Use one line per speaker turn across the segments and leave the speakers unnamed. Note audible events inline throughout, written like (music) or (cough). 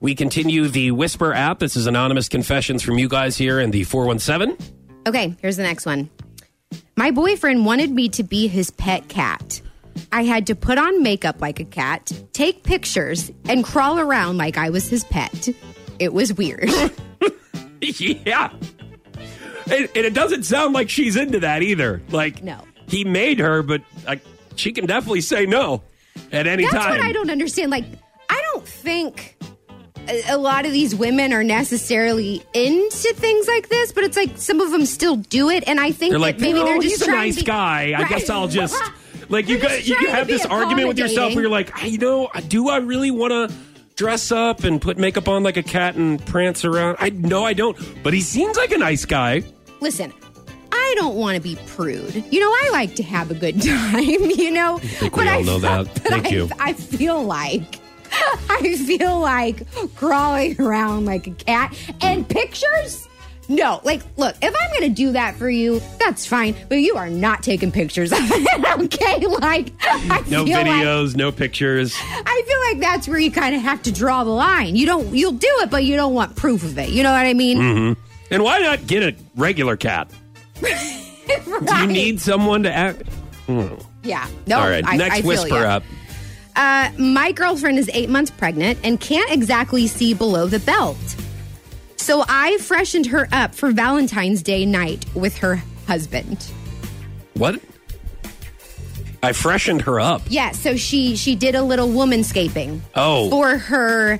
We continue the Whisper app. This is anonymous confessions from you guys here in the 417.
Okay, here's the next one. My boyfriend wanted me to be his pet cat. I had to put on makeup like a cat, take pictures, and crawl around like I was his pet. It
(laughs)
was weird.
(laughs) yeah. And, and it doesn't sound like she's into that either. Like,
No.
He made her, but like, she can definitely say no at any
That's
time.
what I don't understand. Like, I don't think a, a lot of these women are necessarily into things like this, but it's like some of them still do it, and I think
They're
that
like,
maybe
"Oh,
they're just
he's a
trying
nice
to be-
guy. I
Right.
guess I'll just
(laughs)
like you.
They're
Got,
just
you
trying to
have
be
this argument with yourself where you're like, I, you know, I- do I really want to dress up and put makeup on like a cat and prance around? I no, I don't. But he seems like a nice guy.
Listen, I don't want to be prude. You know, I like to have a good (laughs) time, you know?
think we all know that.
(laughs) but
Thank
I-
you.
I feel like. (laughs) I feel like crawling (laughs) around like a cat
Mm.
and pictures? No, like, look, if I'm gonna do that for you, that's fine, but you are not taking pictures of (laughs) it, okay? Like, I
Mm, No
feel like
videos, no pictures.
I feel like that's where you kind of have to draw the line. You don't, you'll do it, but you don't want proof of it. You know what I mean?
Mm.
(laughs)
And why not get a regular cat? Do you
Right.
need someone to act?
yeah. No,
All right,
I,
next
I feel
whisper
ya.
up.
Uh, my girlfriend is eight months pregnant and can't exactly see below the belt. So I freshened her up for Valentine's Day night with her husband.
What? I freshened her up.
Yeah, so she she did a little womanscaping.
Oh.
For her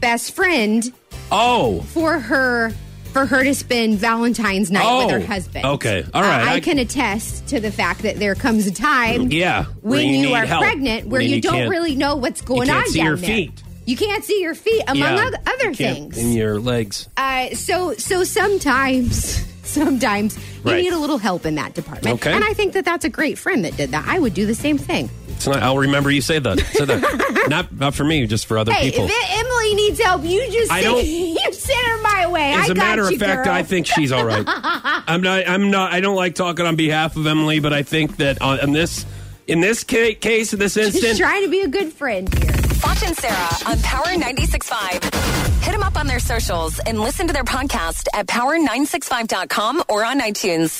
best friend,
Oh,
for her for her to spend Valentine's night with her
Oh,
husband.
okay. All right,
Uh, I,
I-
can attest to the fact that there comes a time
yeah.
when you,
need
are
help,
pregnant where
when
you, don't
can't-
really know what's going
can't
on
see
down
your
there.
feet.
You can't see your feet among
Yeah,
oth- other
you can't-
things.
in your legs.
Uh, so so sometimes (laughs) sometimes you
Right.
need a little help in that department.
Okay.
And I think that that's a great friend that did that. I would do the same thing.
It's not, I'll remember you say that. Say
(laughs)
that. not not for me, just for other
Hey,
people.
if it, Emily needs help, you just
I
send-
don't-
(laughs) you send her my way. I
As a
got
matter
you,
of fact,
girl.
I think she's all right. I'm not. I'm not. I don't like talking on behalf of Emily, but I think that on, on this, in this ca- case, in this
(laughs) just
instance,
trying to be a good friend here.
Foch and Sarah on Power 96.5. Hit them up on their socials and listen to their podcast at power965.com or on iTunes.